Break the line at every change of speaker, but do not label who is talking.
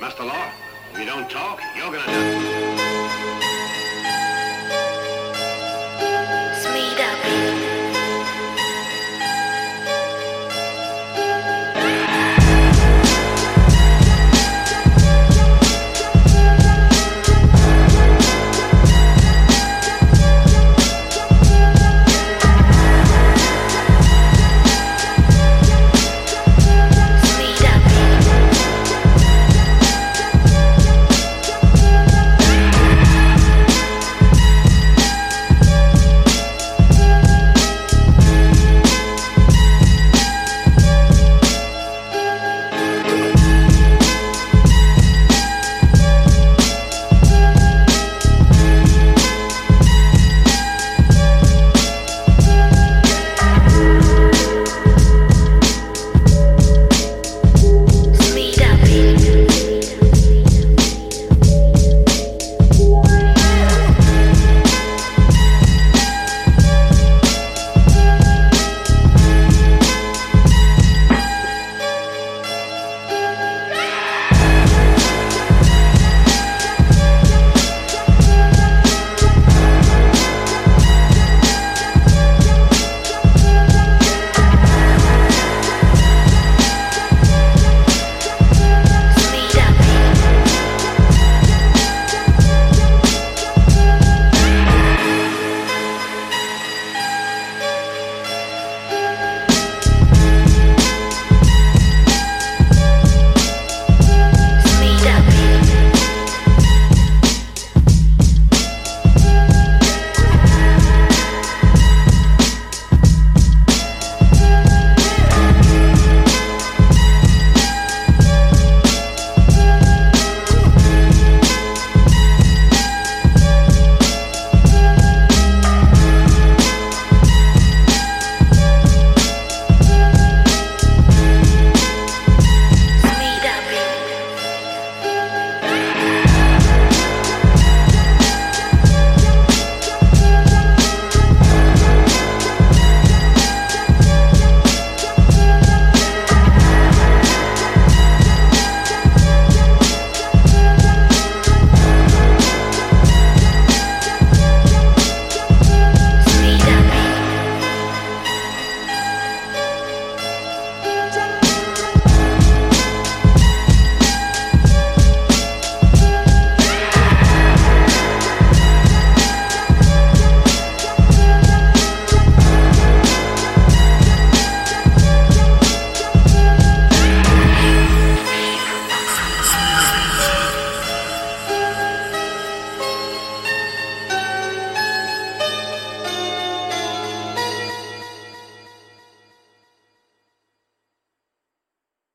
Master Law, if you don't talk, you're gonna die.